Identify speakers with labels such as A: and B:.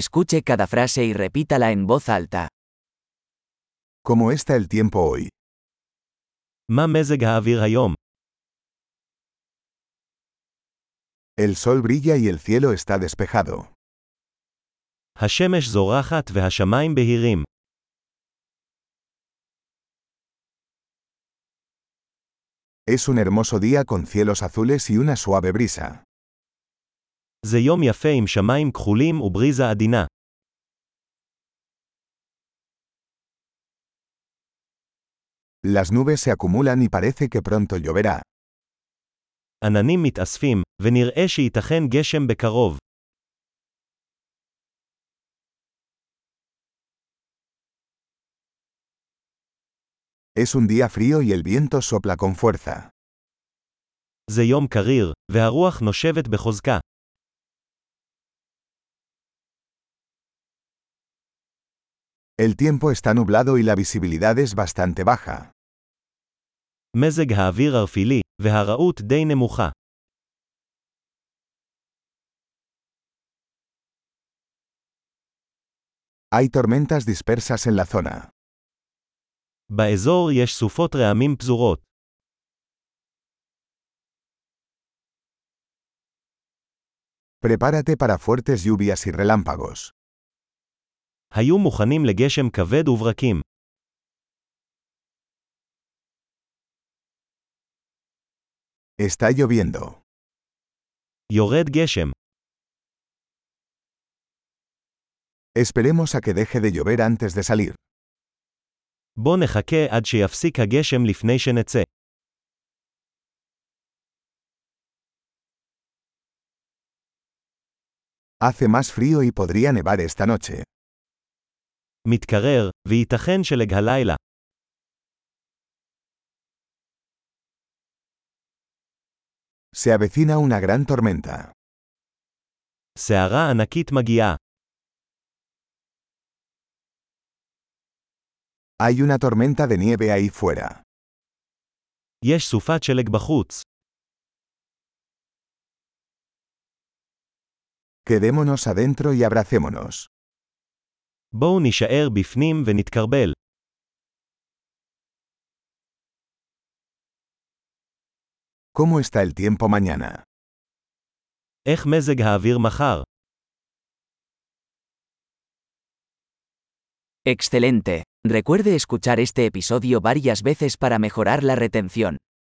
A: Escuche cada frase y repítala en voz alta.
B: ¿Cómo está el tiempo hoy?
C: מה מזג האוויר היום?
B: El sol brilla y el cielo está despejado.
C: השמש זורחת והשמיים בהירים.
B: Es un hermoso día con cielos azules y una suave brisa.
C: זה יום יפה עם שמיים כחולים ובריזה עדינה.
B: Las nubes se acumulan y parece que pronto lloverá.
C: עננים מתאספים, ונראה שייתכן גשם בקרוב.
B: Es un día frío y el viento sopla con fuerza.
C: זה יום קריר, והרוח נושבת בחוזקה.
B: El tiempo está nublado y la visibilidad es bastante baja.
C: מזג האוויר ערפילי, והרעות די נמוכה.
B: Hay tormentas dispersas en la zona.
C: באזור יש סופות רעמים פזורות.
B: Prepárate para fuertes lluvias y relámpagos.
C: היו מוכנים לגשם כבד וברקים.
B: Está lloviendo.
C: יורד גשם.
B: Esperemos a que deje de llover antes de salir.
C: בוא נחכה עד שיפסיק הגשם לפני שנצא.
B: Hace más frío y podría nevar esta noche.
C: מתקרר, וייתכן שלג הלילה.
B: Se avecina una gran tormenta.
C: סערה ענקית מגיעה.
B: Hay una tormenta de nieve ahí fuera.
C: יש סופת שלג בחוץ.
B: Quedémonos adentro y abracémonos.
C: בואו נישאר בפנים ונתקרבל.
B: ¿Cómo está el tiempo mañana?
C: איך מזג האוויר מחר?
A: Excelente. Recuerde escuchar este episodio varias veces para mejorar la retención.